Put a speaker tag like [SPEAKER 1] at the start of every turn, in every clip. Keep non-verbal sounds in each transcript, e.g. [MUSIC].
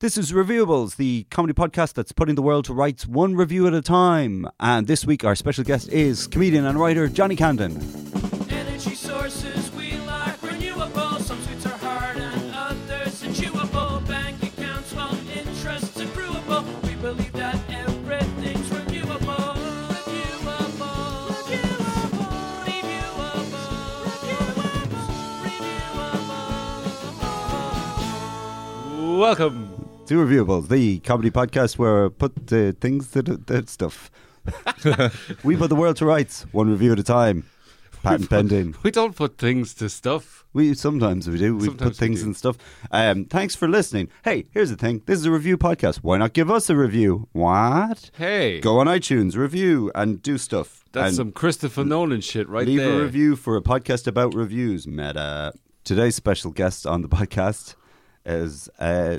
[SPEAKER 1] This is Reviewables, the comedy podcast that's putting the world to rights one review at a time. And this week, our special guest is comedian and writer Johnny Camden.
[SPEAKER 2] Energy sources we like renewable. Some sweets are hard and others are chewable. Bank accounts, well, interests accruable. We believe that everything's renewable. Renewable. Renewable. Renewable.
[SPEAKER 3] Welcome.
[SPEAKER 1] To Reviewables, the comedy podcast where I put the things that, that [LAUGHS] stuff. we put the world to rights one review at a time. Patent pending.
[SPEAKER 3] We don't put things to stuff.
[SPEAKER 1] We sometimes we do. We put
[SPEAKER 3] Sometimes we
[SPEAKER 1] things
[SPEAKER 3] do.
[SPEAKER 1] and stuff. Um, thanks for listening. Hey, here's the thing. This is a review podcast. Why not give us a review? What?
[SPEAKER 3] Hey,
[SPEAKER 1] Go on iTunes, review, and do stuff.
[SPEAKER 3] that's
[SPEAKER 1] and
[SPEAKER 3] some Christopher Nolan shit right
[SPEAKER 1] leave
[SPEAKER 3] there.
[SPEAKER 1] a review for a podcast about reviews. Meta. Today's special guest on the podcast is uh,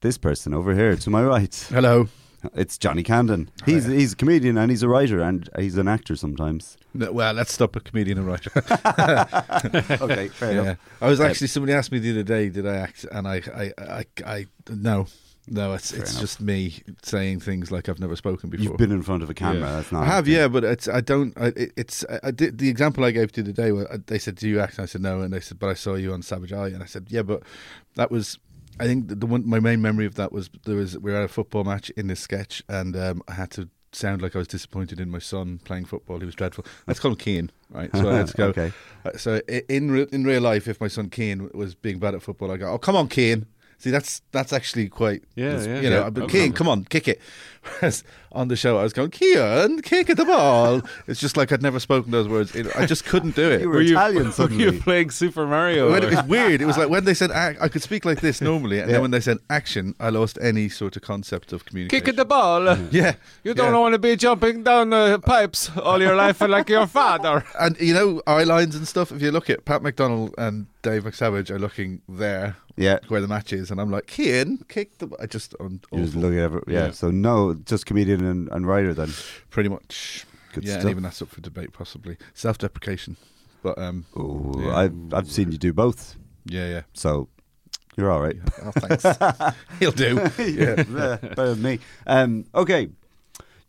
[SPEAKER 1] this person over here to my right.
[SPEAKER 4] Hello.
[SPEAKER 1] It's Johnny Camden. He's he's a comedian and he's a writer and he's an actor sometimes.
[SPEAKER 4] No, well, let's stop at comedian
[SPEAKER 1] [LAUGHS]
[SPEAKER 4] and writer.
[SPEAKER 1] Okay, fair
[SPEAKER 4] Yeah.
[SPEAKER 1] enough.
[SPEAKER 4] I was actually somebody asked me the other day, did I act? And I, I, I, I no, no, it's it's
[SPEAKER 1] enough.
[SPEAKER 4] just me saying things like I've never spoken before.
[SPEAKER 1] You've been in front of a camera.
[SPEAKER 3] Yeah.
[SPEAKER 1] That's not.
[SPEAKER 4] I have, yeah, but it's I don't. I, it- it's I, I did, the example I gave to you today. Where I- they said, "Do you act?" And I said, "No." And they said, "But I saw you on Savage Eye," and I said, "Yeah." But that was, I think, the, the one. My main memory of that was there was we were at a football match in this sketch, and um, I had to sound like I was disappointed in my son playing football. He was dreadful. Let's call him Keane, right? So I had
[SPEAKER 1] [LAUGHS]
[SPEAKER 4] to go.
[SPEAKER 1] Okay.
[SPEAKER 4] Uh, So i- in re- in real life, if my son Keane was being bad at football, I go, "Oh, come on, Keane." See, that's that's actually quite
[SPEAKER 3] Yeah,
[SPEAKER 4] it's-
[SPEAKER 3] yeah.
[SPEAKER 4] you know,
[SPEAKER 3] Yeah.
[SPEAKER 4] but
[SPEAKER 3] Okay.
[SPEAKER 4] Keane, come on, kick it. Whereas on the show, I was going, Keane, kick at the ball. it's just like I'd never spoken those words. It- I just couldn't
[SPEAKER 1] [LAUGHS]
[SPEAKER 4] do
[SPEAKER 1] You
[SPEAKER 4] it.
[SPEAKER 1] were
[SPEAKER 3] Were you-
[SPEAKER 1] Italian
[SPEAKER 3] [LAUGHS] were
[SPEAKER 1] suddenly.
[SPEAKER 3] you playing Super Mario?
[SPEAKER 4] When
[SPEAKER 3] [LAUGHS]
[SPEAKER 4] it
[SPEAKER 1] [LAUGHS]
[SPEAKER 3] or-
[SPEAKER 4] was weird. It was like when they said ac- I could speak like this normally, and
[SPEAKER 1] Yeah.
[SPEAKER 4] then when they said action, I lost any sort of concept of communication.
[SPEAKER 3] Kick at the ball.
[SPEAKER 4] yeah,
[SPEAKER 3] You don't
[SPEAKER 4] yeah.
[SPEAKER 3] want to be jumping down uh, pipes all your life [LAUGHS] like your father.
[SPEAKER 4] And you know, eye lines and stuff. If you look at Pat McDonald and Dave McSavage are looking there,
[SPEAKER 1] Yeah.
[SPEAKER 4] where the match is, and I'm like, Keane, kick the. b-" I just, I'm
[SPEAKER 1] You just
[SPEAKER 4] awful,
[SPEAKER 1] look at every, yeah.
[SPEAKER 3] Yeah.
[SPEAKER 1] So no, just comedian and, and writer then.
[SPEAKER 4] pretty much.
[SPEAKER 1] Good
[SPEAKER 4] yeah,
[SPEAKER 1] stuff.
[SPEAKER 4] and even that's up for debate, possibly self-deprecation. But um,
[SPEAKER 1] Oh,
[SPEAKER 4] Yeah.
[SPEAKER 1] I've I've seen you do both,
[SPEAKER 4] yeah, yeah.
[SPEAKER 1] so you're all right.
[SPEAKER 4] Oh, thanks. [LAUGHS] He'll do.
[SPEAKER 1] [LAUGHS] yeah, better than me. Um, okay,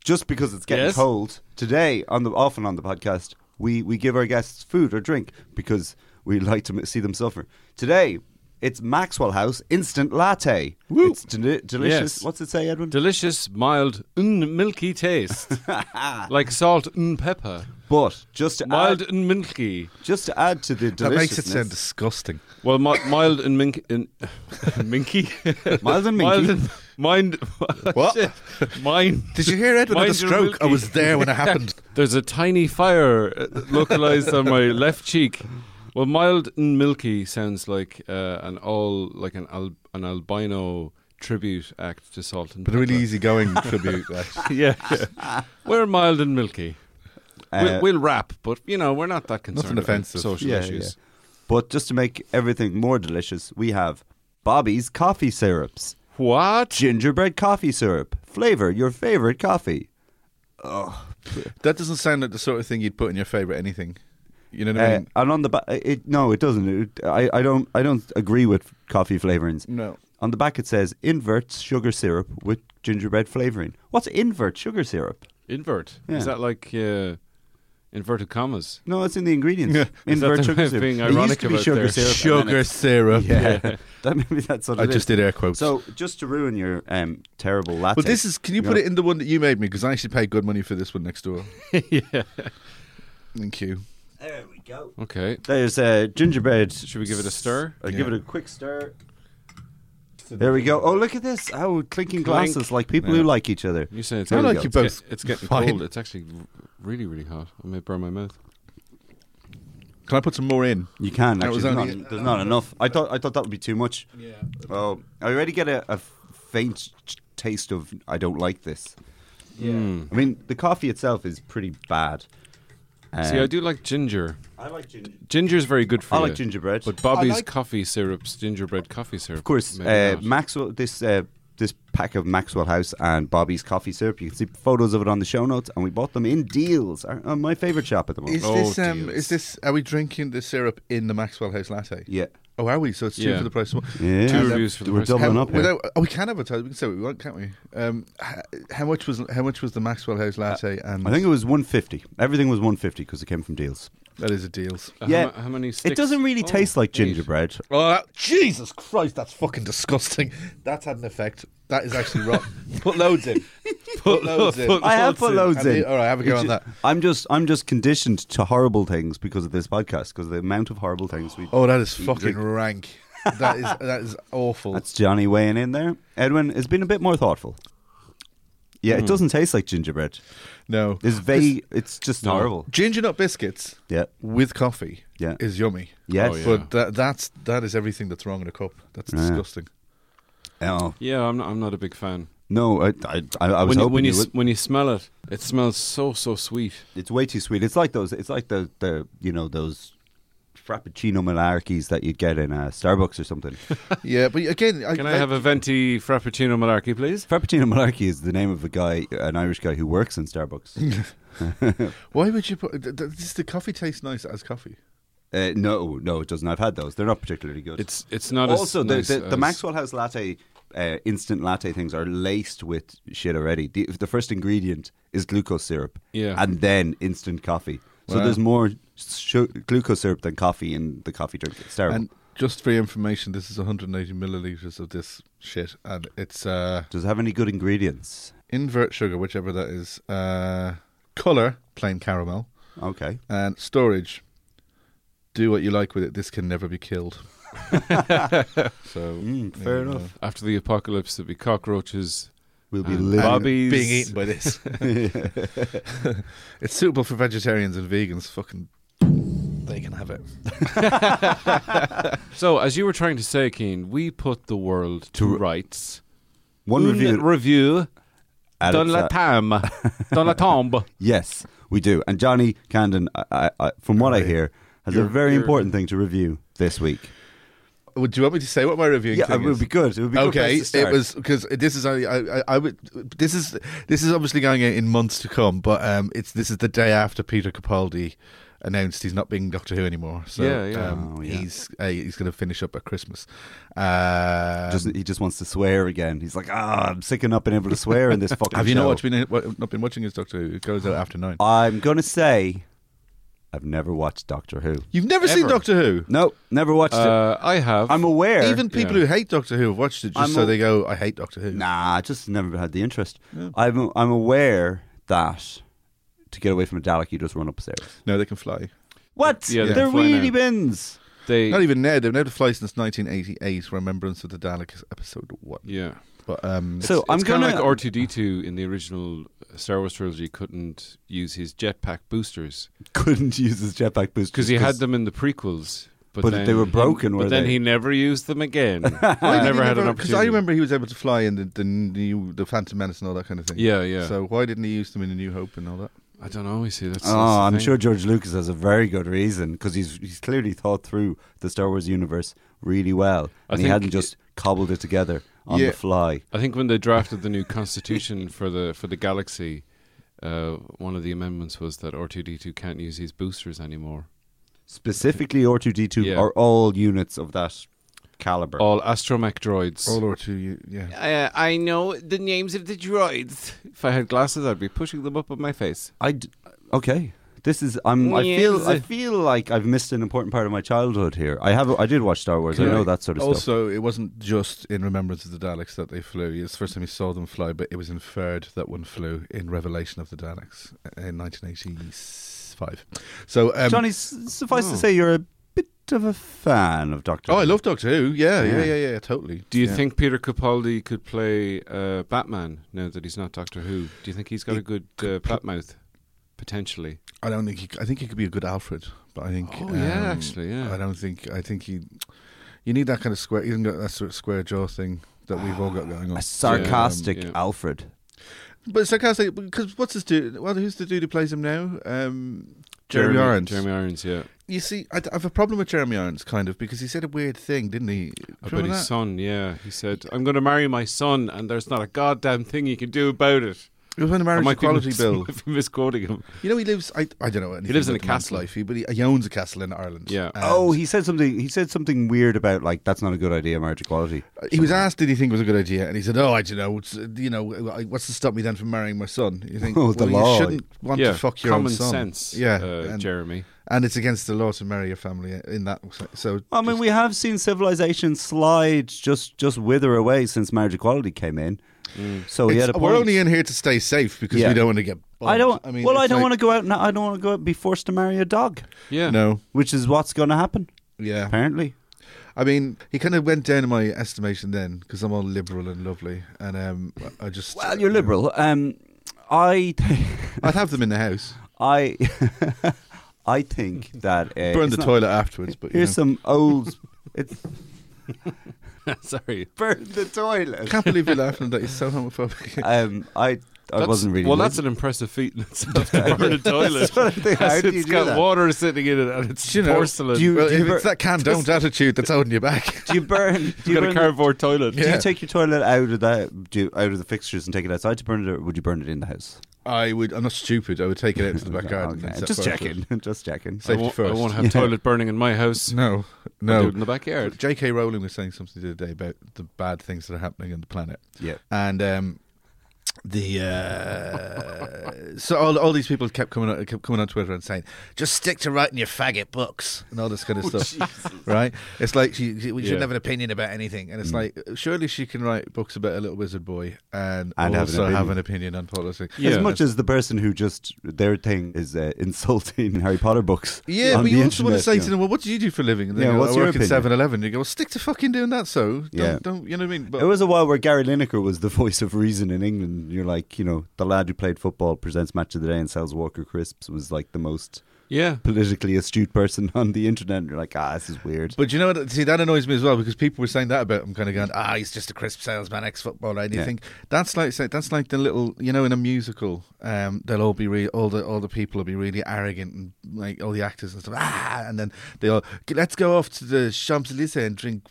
[SPEAKER 1] just because it's getting
[SPEAKER 3] Yes?
[SPEAKER 1] cold today on the often on the podcast, we we give our guests food or drink because we [LAUGHS] like to m- see them suffer. Today, it's Maxwell House instant latte.
[SPEAKER 3] Woo.
[SPEAKER 1] It's deli- delicious.
[SPEAKER 3] Yes.
[SPEAKER 1] What's it say, Edwin?
[SPEAKER 3] Delicious, mild, un milky taste,
[SPEAKER 1] [LAUGHS]
[SPEAKER 3] like salt and pepper.
[SPEAKER 1] but just to
[SPEAKER 3] Mild
[SPEAKER 1] add,
[SPEAKER 3] and milky.
[SPEAKER 1] just to add to the
[SPEAKER 4] That makes it
[SPEAKER 1] deliciousness,
[SPEAKER 4] sound disgusting.
[SPEAKER 3] Well, mi- mild and mink and [LAUGHS] minky.
[SPEAKER 1] mild and minky.
[SPEAKER 3] mild and mind. [LAUGHS]
[SPEAKER 4] What?
[SPEAKER 3] Shit. Mind.
[SPEAKER 4] Did you hear Edwin had a
[SPEAKER 3] Mine's your
[SPEAKER 4] stroke? I
[SPEAKER 3] milky.
[SPEAKER 4] was there
[SPEAKER 3] [LAUGHS]
[SPEAKER 4] when it happened.
[SPEAKER 3] There's a tiny fire uh, localized on
[SPEAKER 4] [LAUGHS]
[SPEAKER 3] my left cheek. Well, mild and milky sounds like uh, an all like an al- an albino tribute act to salt and
[SPEAKER 4] But a
[SPEAKER 3] pepper.
[SPEAKER 4] really [LAUGHS] easygoing tribute. That.
[SPEAKER 3] [LAUGHS] yeah, yeah. We're mild and milky.
[SPEAKER 1] Uh,
[SPEAKER 3] we'll, we'll rap, but you know we're not that concerned.
[SPEAKER 4] Nothing
[SPEAKER 3] about
[SPEAKER 4] offensive.
[SPEAKER 3] Social
[SPEAKER 1] Yeah,
[SPEAKER 3] issues.
[SPEAKER 1] But just to make everything more delicious, we have Bobby's coffee syrups,
[SPEAKER 3] What?
[SPEAKER 1] gingerbread coffee syrup. Flavor your favorite coffee.
[SPEAKER 4] that doesn't sound like the sort of thing you'd put in your favourite anything. You know what I
[SPEAKER 1] Uh,
[SPEAKER 4] mean?
[SPEAKER 1] and on the back, it no, it doesn't. It, I, I don't I don't agree with coffee flavorings.
[SPEAKER 4] No.
[SPEAKER 1] On the back it says invert sugar syrup with gingerbread flavoring. What's invert sugar syrup?
[SPEAKER 3] Invert.
[SPEAKER 1] Yeah.
[SPEAKER 3] Is that like uh, inverted commas?
[SPEAKER 1] No, it's in the ingredients.
[SPEAKER 3] Is that
[SPEAKER 1] Invert
[SPEAKER 3] the
[SPEAKER 1] sugar
[SPEAKER 3] way of
[SPEAKER 1] syrup.
[SPEAKER 3] being
[SPEAKER 1] it used
[SPEAKER 3] ironic
[SPEAKER 1] to be
[SPEAKER 3] about
[SPEAKER 1] sugar
[SPEAKER 3] their-
[SPEAKER 1] syrup. and then
[SPEAKER 4] Sugar [LAUGHS]
[SPEAKER 1] it's-
[SPEAKER 4] syrup. [LAUGHS]
[SPEAKER 1] Yeah, [LAUGHS] that maybe that's what
[SPEAKER 4] I
[SPEAKER 1] it
[SPEAKER 4] just
[SPEAKER 1] is.
[SPEAKER 4] did air quotes.
[SPEAKER 1] So just to ruin your um, terrible latte.
[SPEAKER 4] well, this is. Can you put it in the one that you made me? Because I actually paid good money for this one next [LAUGHS] door.
[SPEAKER 3] yeah.
[SPEAKER 4] Thank you.
[SPEAKER 1] There we go.
[SPEAKER 3] Okay.
[SPEAKER 1] There's uh, gingerbread.
[SPEAKER 3] Should we give it a stir?
[SPEAKER 1] I'll give it a quick stir. There we go. Oh, look at this. Oh, clinking
[SPEAKER 3] Clink.
[SPEAKER 1] glasses like people who
[SPEAKER 4] Yeah.
[SPEAKER 1] like each other.
[SPEAKER 3] You say it's
[SPEAKER 4] I
[SPEAKER 1] There we
[SPEAKER 4] like
[SPEAKER 1] go.
[SPEAKER 4] you
[SPEAKER 3] It's,
[SPEAKER 4] both.
[SPEAKER 3] get, it's getting
[SPEAKER 4] Fine.
[SPEAKER 3] cold. It's actually r- really, really hot. I may burn my mouth.
[SPEAKER 4] Can I put some more in?
[SPEAKER 1] You can
[SPEAKER 4] That
[SPEAKER 1] actually.
[SPEAKER 4] was
[SPEAKER 1] There's
[SPEAKER 4] only-
[SPEAKER 1] not, there's not enough. I thought I thought that would be too much.
[SPEAKER 4] Yeah.
[SPEAKER 1] Oh, I already get a, a faint t- taste of I don't like this.
[SPEAKER 4] Yeah.
[SPEAKER 3] Mm.
[SPEAKER 1] I mean, the coffee itself is pretty bad. Um,
[SPEAKER 3] See, I do like ginger.
[SPEAKER 1] I like ginger.
[SPEAKER 3] Ginger's very good for
[SPEAKER 1] I
[SPEAKER 3] you.
[SPEAKER 1] like gingerbread.
[SPEAKER 3] But Bobby's
[SPEAKER 4] I like-
[SPEAKER 3] coffee syrups, gingerbread coffee syrup.
[SPEAKER 1] Of course, uh, Maxwell. This uh, this pack of Maxwell House and Bobby's coffee syrup. You can see photos of it on the show notes, and we bought them in deals. Our, uh, my favorite shop at the moment.
[SPEAKER 4] Is
[SPEAKER 3] Oh,
[SPEAKER 4] this? Um,
[SPEAKER 3] dears.
[SPEAKER 4] is this? Are we drinking the syrup in the Maxwell House latte?
[SPEAKER 1] yeah,
[SPEAKER 4] Oh, are we? So it's two
[SPEAKER 3] Yeah.
[SPEAKER 4] for the price of one.
[SPEAKER 1] Yeah.
[SPEAKER 3] Two
[SPEAKER 4] And, uh,
[SPEAKER 3] reviews for the
[SPEAKER 1] We're
[SPEAKER 3] first
[SPEAKER 1] doubling
[SPEAKER 3] one.
[SPEAKER 4] How,
[SPEAKER 1] up here.
[SPEAKER 4] without, oh, we can advertise. We can say what we want, can't we? Um, how, how much was how much was the Maxwell House latte? And
[SPEAKER 1] Uh, I think it was 150. Everything was 150 because it came from deals.
[SPEAKER 4] that is a deals.
[SPEAKER 3] Uh,
[SPEAKER 1] Yeah.
[SPEAKER 3] How, ma- how many sticks?
[SPEAKER 1] It doesn't really
[SPEAKER 3] Oh,
[SPEAKER 1] taste like
[SPEAKER 3] eight.
[SPEAKER 1] gingerbread.
[SPEAKER 4] Oh, that- Jesus Christ! That's fucking disgusting. That's had an effect. That is actually rotten.
[SPEAKER 1] [LAUGHS]
[SPEAKER 4] Put loads in. Put loads in.
[SPEAKER 1] I have put
[SPEAKER 3] in.
[SPEAKER 1] loads
[SPEAKER 4] Have
[SPEAKER 1] in.
[SPEAKER 4] you? All right, have a go
[SPEAKER 1] It's
[SPEAKER 4] on
[SPEAKER 1] ju-
[SPEAKER 4] that.
[SPEAKER 1] I'm just, I'm just conditioned to horrible things because of this podcast, because the amount of horrible things we.
[SPEAKER 4] Oh, that is
[SPEAKER 1] Eat,
[SPEAKER 4] fucking
[SPEAKER 1] drink.
[SPEAKER 4] rank. That is that is awful.
[SPEAKER 1] That's Johnny weighing in there. Edwin has been a bit more thoughtful. Yeah, it doesn't taste like gingerbread.
[SPEAKER 4] no.
[SPEAKER 1] It's very, it's just
[SPEAKER 3] No.
[SPEAKER 1] horrible.
[SPEAKER 4] Ginger nut biscuits
[SPEAKER 1] Yeah.
[SPEAKER 4] with coffee
[SPEAKER 1] Yeah.
[SPEAKER 4] is yummy.
[SPEAKER 1] Yes.
[SPEAKER 3] Oh, yeah.
[SPEAKER 4] But that that's that is everything that's wrong in a cup. That's
[SPEAKER 1] Yeah.
[SPEAKER 4] disgusting. [LAUGHS]
[SPEAKER 1] Oh,
[SPEAKER 3] Yeah, I'm not. I'm not a big fan.
[SPEAKER 1] no, I, I, I, I was
[SPEAKER 3] when you,
[SPEAKER 1] hoping
[SPEAKER 3] when you,
[SPEAKER 1] you
[SPEAKER 3] s-
[SPEAKER 1] would.
[SPEAKER 3] when you smell it, it smells so so sweet.
[SPEAKER 1] It's way too sweet. It's like those. It's like the the you know those frappuccino malarkeys that you'd get in a Starbucks or
[SPEAKER 3] [LAUGHS]
[SPEAKER 1] something.
[SPEAKER 4] yeah, but again, I,
[SPEAKER 3] Can I have a venti frappuccino malarkey, please?
[SPEAKER 1] frappuccino malarkey is the name of a guy, an Irish guy who works in Starbucks.
[SPEAKER 3] [LAUGHS]
[SPEAKER 4] Why would you put? th- th- Does the coffee taste nice as coffee?
[SPEAKER 1] uh, no, no, it doesn't. I've had those. They're not particularly good.
[SPEAKER 3] It's it's not as
[SPEAKER 1] also the
[SPEAKER 3] nice
[SPEAKER 1] the, the
[SPEAKER 3] as-
[SPEAKER 1] Maxwell House latte. Uh, instant latte things are laced with shit already. The, the first ingredient is glucose syrup,
[SPEAKER 3] Yeah.
[SPEAKER 1] and then instant coffee. So
[SPEAKER 4] Wow.
[SPEAKER 1] there's more su glucose syrup than coffee in the coffee drink. It's terrible.
[SPEAKER 4] And just for your information, this is 180 milliliters of this shit, and it's uh,
[SPEAKER 1] Does it have any good ingredients?
[SPEAKER 4] invert sugar, whichever that is, uh, color plain caramel,
[SPEAKER 1] Okay.
[SPEAKER 4] and storage. Do what you like with it. This can never be killed. [LAUGHS] so
[SPEAKER 1] mm, fair
[SPEAKER 4] yeah,
[SPEAKER 1] enough.
[SPEAKER 3] after the apocalypse, there'll be cockroaches.
[SPEAKER 1] We'll be
[SPEAKER 3] and
[SPEAKER 1] living-
[SPEAKER 3] Bobby's
[SPEAKER 4] Being eaten by this. [LAUGHS] it's suitable for vegetarians and vegans. Fucking, they can have it. [LAUGHS]
[SPEAKER 3] So, as you were trying to say, Keen, we put the world to rights.
[SPEAKER 1] [LAUGHS] One
[SPEAKER 3] Un
[SPEAKER 1] review.
[SPEAKER 3] review
[SPEAKER 1] Alex,
[SPEAKER 3] dans la
[SPEAKER 1] uh,
[SPEAKER 3] tam,
[SPEAKER 1] [LAUGHS]
[SPEAKER 3] dans la tombe.
[SPEAKER 1] yes, we do. And Johnny Candon, I, I, I, from what I hear, has a
[SPEAKER 3] You're-
[SPEAKER 1] very
[SPEAKER 3] you're-
[SPEAKER 1] important thing to review this week.
[SPEAKER 4] Would you want me to say what my review?
[SPEAKER 1] Yeah,
[SPEAKER 4] thing
[SPEAKER 1] it would
[SPEAKER 4] is?
[SPEAKER 1] be good. It would be good
[SPEAKER 4] okay,
[SPEAKER 1] place to start.
[SPEAKER 4] it was because this is only I, I, I would this is this is obviously going out in months to come, but um, it's this is the day after Peter Capaldi announced he's not being Doctor Who anymore. So
[SPEAKER 3] Yeah, yeah.
[SPEAKER 4] Um,
[SPEAKER 1] Oh, yeah.
[SPEAKER 4] he's uh, he's going to finish up at Christmas. Um,
[SPEAKER 1] Just, he just wants to swear again. He's like, ah, I'm sick of not being able to swear in this fucking.
[SPEAKER 4] [LAUGHS] have you
[SPEAKER 1] show.
[SPEAKER 4] not watched, been what- not been watching his Doctor Who? It goes
[SPEAKER 1] Uh-huh.
[SPEAKER 4] out after nine.
[SPEAKER 1] I'm gonna say, I've never watched Doctor Who.
[SPEAKER 4] You've never seen
[SPEAKER 3] Ever.
[SPEAKER 4] Doctor Who?
[SPEAKER 1] No, never watched it.
[SPEAKER 3] Uh, I have.
[SPEAKER 1] I'm aware.
[SPEAKER 4] Even people
[SPEAKER 3] Yeah.
[SPEAKER 4] who hate Doctor Who have watched it just
[SPEAKER 1] I'm
[SPEAKER 4] so
[SPEAKER 1] a-
[SPEAKER 4] they go, "I hate Doctor Who."
[SPEAKER 1] Nah, I just never had the interest. I'm I'm aware that to get away from a Dalek, you just run upstairs.
[SPEAKER 4] No, they can fly.
[SPEAKER 1] What?
[SPEAKER 3] Yeah, they
[SPEAKER 1] They're
[SPEAKER 3] can fly
[SPEAKER 1] really
[SPEAKER 3] now.
[SPEAKER 1] bins.
[SPEAKER 3] they,
[SPEAKER 4] Not even now. They've known to fly since 1988. Remembrance of the Daleks, episode one.
[SPEAKER 3] yeah.
[SPEAKER 4] But um,
[SPEAKER 1] So I'm
[SPEAKER 3] it's kinda
[SPEAKER 1] gonna.
[SPEAKER 3] like R two D two in the original Star Wars trilogy couldn't use his jetpack boosters
[SPEAKER 1] couldn't [LAUGHS] use his jetpack boost
[SPEAKER 3] because he had them in the prequels. But,
[SPEAKER 1] But
[SPEAKER 3] then
[SPEAKER 1] they were broken,
[SPEAKER 3] He,
[SPEAKER 1] were
[SPEAKER 3] but then
[SPEAKER 1] they?
[SPEAKER 3] he never used them
[SPEAKER 1] [LAUGHS]
[SPEAKER 3] again.
[SPEAKER 4] Why
[SPEAKER 3] I
[SPEAKER 4] did
[SPEAKER 3] never
[SPEAKER 4] he
[SPEAKER 3] had an
[SPEAKER 4] Because
[SPEAKER 3] opportunity.
[SPEAKER 4] I remember he was able to fly in the, the new the Phantom Menace and all that kind of thing.
[SPEAKER 3] Yeah, yeah.
[SPEAKER 4] So why didn't he use them in the New Hope and all that?
[SPEAKER 3] I don't know. You see, that's, that's the
[SPEAKER 1] Oh, I'm
[SPEAKER 3] thing.
[SPEAKER 1] sure George Lucas has a very good reason because he's he's clearly thought through the Star Wars universe really well,
[SPEAKER 3] I
[SPEAKER 1] and he
[SPEAKER 3] think
[SPEAKER 1] hadn't
[SPEAKER 3] it-
[SPEAKER 1] just cobbled it together on
[SPEAKER 4] Yeah.
[SPEAKER 1] the fly.
[SPEAKER 3] I think when they drafted the new constitution for the for the galaxy, uh, one of the amendments was that R two D two can't use his boosters anymore.
[SPEAKER 1] Specifically, R2D2
[SPEAKER 3] Yeah.
[SPEAKER 1] are all units of that caliber.
[SPEAKER 3] All astromech droids.
[SPEAKER 4] All or two, you- yeah.
[SPEAKER 3] uh, I know the names of the droids. If I had glasses, I'd be pushing them up on my face.
[SPEAKER 1] I d- okay. This is I'm. I feel. I
[SPEAKER 3] Yes.
[SPEAKER 1] feel like I've missed an important part of my childhood here. I have. I did watch Star Wars. I know that sort of stuff.
[SPEAKER 4] also, it wasn't just in Remembrance of the Daleks that they flew. It's the first time he saw them fly, but it was inferred that one flew in Revelation of the Daleks uh, in 1985. So, um,
[SPEAKER 1] Johnny, s- suffice
[SPEAKER 3] oh.
[SPEAKER 1] to say, you're a bit of a fan of Doctor.
[SPEAKER 4] oh, I
[SPEAKER 1] Who.
[SPEAKER 4] love Doctor Who. Yeah, yeah,
[SPEAKER 1] Yeah.
[SPEAKER 4] yeah, yeah, totally.
[SPEAKER 3] Do you
[SPEAKER 4] Yeah.
[SPEAKER 3] think Peter Capaldi could play uh, Batman now that he's not Doctor Who? Do you think he's got a good uh, Batmouth potentially?
[SPEAKER 4] I don't think he. I think he could be a good Alfred, but I think. um,
[SPEAKER 3] Oh, yeah, actually, yeah.
[SPEAKER 4] I don't think. I think he. You need that kind of square. You haven't got that sort of square jaw thing that we've all got going on.
[SPEAKER 1] a sarcastic
[SPEAKER 3] Yeah, um, yeah.
[SPEAKER 1] Alfred.
[SPEAKER 4] But sarcastic because what's his dude? Well, who's the dude who plays him now? Um, Jeremy, Irons.
[SPEAKER 3] Jeremy Irons, yeah.
[SPEAKER 4] You see, I, I have a problem with Jeremy Irons, kind of, because he said a weird thing, didn't he?
[SPEAKER 3] About
[SPEAKER 4] Remember
[SPEAKER 3] his
[SPEAKER 4] that?
[SPEAKER 3] son, yeah. He said, "I'm going to marry my son, and there's not a goddamn thing you can do about it."
[SPEAKER 4] It was when the
[SPEAKER 3] I
[SPEAKER 4] marriage
[SPEAKER 3] might be
[SPEAKER 4] equality
[SPEAKER 3] mis- [LAUGHS]
[SPEAKER 4] bill.
[SPEAKER 3] might be misquoting him.
[SPEAKER 4] You know, he lives. I, I don't know. Anything
[SPEAKER 3] lives in
[SPEAKER 4] about
[SPEAKER 3] a
[SPEAKER 4] the man's
[SPEAKER 3] castle.
[SPEAKER 4] Life, he, but he, he owns a castle in Ireland.
[SPEAKER 3] Yeah.
[SPEAKER 1] oh, he said something. He said something weird about like that's not a good idea, marriage equality.
[SPEAKER 4] he was asked, "Did he think it was a good idea?" And he said, "Oh, I don't know. It's, uh, you know, I- what's to stop me then from marrying my son?" You
[SPEAKER 1] [LAUGHS]
[SPEAKER 4] think,
[SPEAKER 1] Oh,
[SPEAKER 4] well,
[SPEAKER 1] the
[SPEAKER 4] you
[SPEAKER 1] law.
[SPEAKER 4] shouldn't want
[SPEAKER 3] yeah,
[SPEAKER 4] to fuck your
[SPEAKER 3] common
[SPEAKER 4] own son.
[SPEAKER 3] sense.
[SPEAKER 4] Yeah,
[SPEAKER 3] uh,
[SPEAKER 4] and,
[SPEAKER 3] Jeremy.
[SPEAKER 4] and it's against the law to marry a family in that. So,
[SPEAKER 1] I mean, we have seen civilization slide just just wither away since marriage equality came in. So he
[SPEAKER 4] Mm. it's-
[SPEAKER 1] had a point.
[SPEAKER 4] we're only in here to stay safe because
[SPEAKER 1] Yeah.
[SPEAKER 4] we don't want to get.
[SPEAKER 1] I don't.
[SPEAKER 4] bumped. I mean,
[SPEAKER 1] well, I
[SPEAKER 4] it's
[SPEAKER 1] don't
[SPEAKER 4] like-
[SPEAKER 1] want to go out. And, I don't want to go out and be forced to marry a dog,
[SPEAKER 3] Yeah.
[SPEAKER 4] No.
[SPEAKER 1] which is what's going to happen.
[SPEAKER 4] Yeah.
[SPEAKER 1] Apparently,
[SPEAKER 4] I mean, he kind of went down in my estimation then because I'm all liberal and lovely, and um, I just
[SPEAKER 1] well, you're liberal. Um, I, [LAUGHS] th-
[SPEAKER 4] I'd have them in the house,
[SPEAKER 1] I, I think that uh,
[SPEAKER 4] burn
[SPEAKER 1] it's
[SPEAKER 4] the
[SPEAKER 1] not-
[SPEAKER 4] toilet afterwards. But you
[SPEAKER 1] Here's
[SPEAKER 4] know.
[SPEAKER 1] some
[SPEAKER 4] [LAUGHS]
[SPEAKER 1] old. It's
[SPEAKER 3] [LAUGHS] Sorry.
[SPEAKER 1] burn the
[SPEAKER 4] I
[SPEAKER 1] toilet.
[SPEAKER 4] can't believe you're laughing at that. It's so homophobic.
[SPEAKER 1] Um, I I
[SPEAKER 3] That's-
[SPEAKER 1] wasn't really.
[SPEAKER 3] Well, that's an impressive feat in
[SPEAKER 4] [LAUGHS]
[SPEAKER 3] itself to burn a toilet.
[SPEAKER 1] what I think. How do you
[SPEAKER 3] it's
[SPEAKER 1] do
[SPEAKER 3] got
[SPEAKER 1] that?
[SPEAKER 3] water sitting in it and it's
[SPEAKER 4] Do you know,
[SPEAKER 3] porcelain.
[SPEAKER 1] do you-
[SPEAKER 4] well, if
[SPEAKER 1] bur-
[SPEAKER 4] it's that can don't attitude that's holding you back.
[SPEAKER 1] do you burn? Do
[SPEAKER 3] You've
[SPEAKER 1] you
[SPEAKER 3] got a
[SPEAKER 1] burn?
[SPEAKER 3] cardboard toilet.
[SPEAKER 1] do
[SPEAKER 4] Yeah.
[SPEAKER 1] you take your toilet out of that? Do you, out of the fixtures and take it outside to burn it, or would you burn it in the house?
[SPEAKER 4] [LAUGHS] I would. I'm not stupid. I would take it out into the back
[SPEAKER 1] [LAUGHS]
[SPEAKER 4] garden.
[SPEAKER 1] Okay.
[SPEAKER 4] and set
[SPEAKER 1] Just
[SPEAKER 4] fire to
[SPEAKER 1] checking. [LAUGHS]
[SPEAKER 4] it.
[SPEAKER 1] Just checking.
[SPEAKER 3] I
[SPEAKER 4] Safety
[SPEAKER 3] won't, I
[SPEAKER 4] first.
[SPEAKER 3] won't have toilet burning in my house. I'll
[SPEAKER 4] No,
[SPEAKER 3] do
[SPEAKER 4] no.
[SPEAKER 3] it in the backyard.
[SPEAKER 4] J.K. Rowling was saying something the other day about the bad things that are happening on the planet.
[SPEAKER 1] Yeah.
[SPEAKER 4] and um, the uh, so all, all these people kept coming on, kept coming on Twitter and saying, "Just stick to writing your faggot books and all this kind of stuff." right? It's like she, she, we
[SPEAKER 3] Yeah.
[SPEAKER 4] shouldn't have an opinion about anything, and it's like surely she can write books about a little wizard boy and,
[SPEAKER 1] And have an
[SPEAKER 4] also have an,
[SPEAKER 1] opinion.
[SPEAKER 4] opinion on policy.
[SPEAKER 3] Yeah.
[SPEAKER 1] As much as the person who just their thing is uh, insulting [LAUGHS] Harry Potter books.
[SPEAKER 4] Yeah,
[SPEAKER 1] on the
[SPEAKER 4] but you also want to
[SPEAKER 1] internet,
[SPEAKER 4] say
[SPEAKER 1] you
[SPEAKER 4] to
[SPEAKER 1] know.
[SPEAKER 4] them, "Well, what do you do for a living?" And they
[SPEAKER 1] Yeah,
[SPEAKER 4] go,
[SPEAKER 1] what's
[SPEAKER 4] "I
[SPEAKER 1] your
[SPEAKER 4] work at
[SPEAKER 1] opinion?"
[SPEAKER 4] 7-Eleven. You go, "Well, stick to fucking doing that." So, don't,
[SPEAKER 1] Yeah.
[SPEAKER 4] don't you know what I mean? But
[SPEAKER 1] It was a while where Gary Lineker was the [LAUGHS] voice of reason in England. You're like, you know, the lad who played football, presents match of the day, and sells Walker crisps was like the most
[SPEAKER 3] Yeah.
[SPEAKER 1] politically astute person [LAUGHS] on the internet. And you're like, ah, this is weird.
[SPEAKER 4] But you know what? See, that annoys me as well because people were saying that about him, kind of going, "Ah, he's just a crisp salesman, ex-footballer." And you
[SPEAKER 1] Yeah.
[SPEAKER 4] think that's like say, that's like the little, you know, in a musical, um, they'll all be re- all the all the people will be really arrogant and like all the actors and stuff. Ah, and then they all let's go off to the Champs Elysees and drink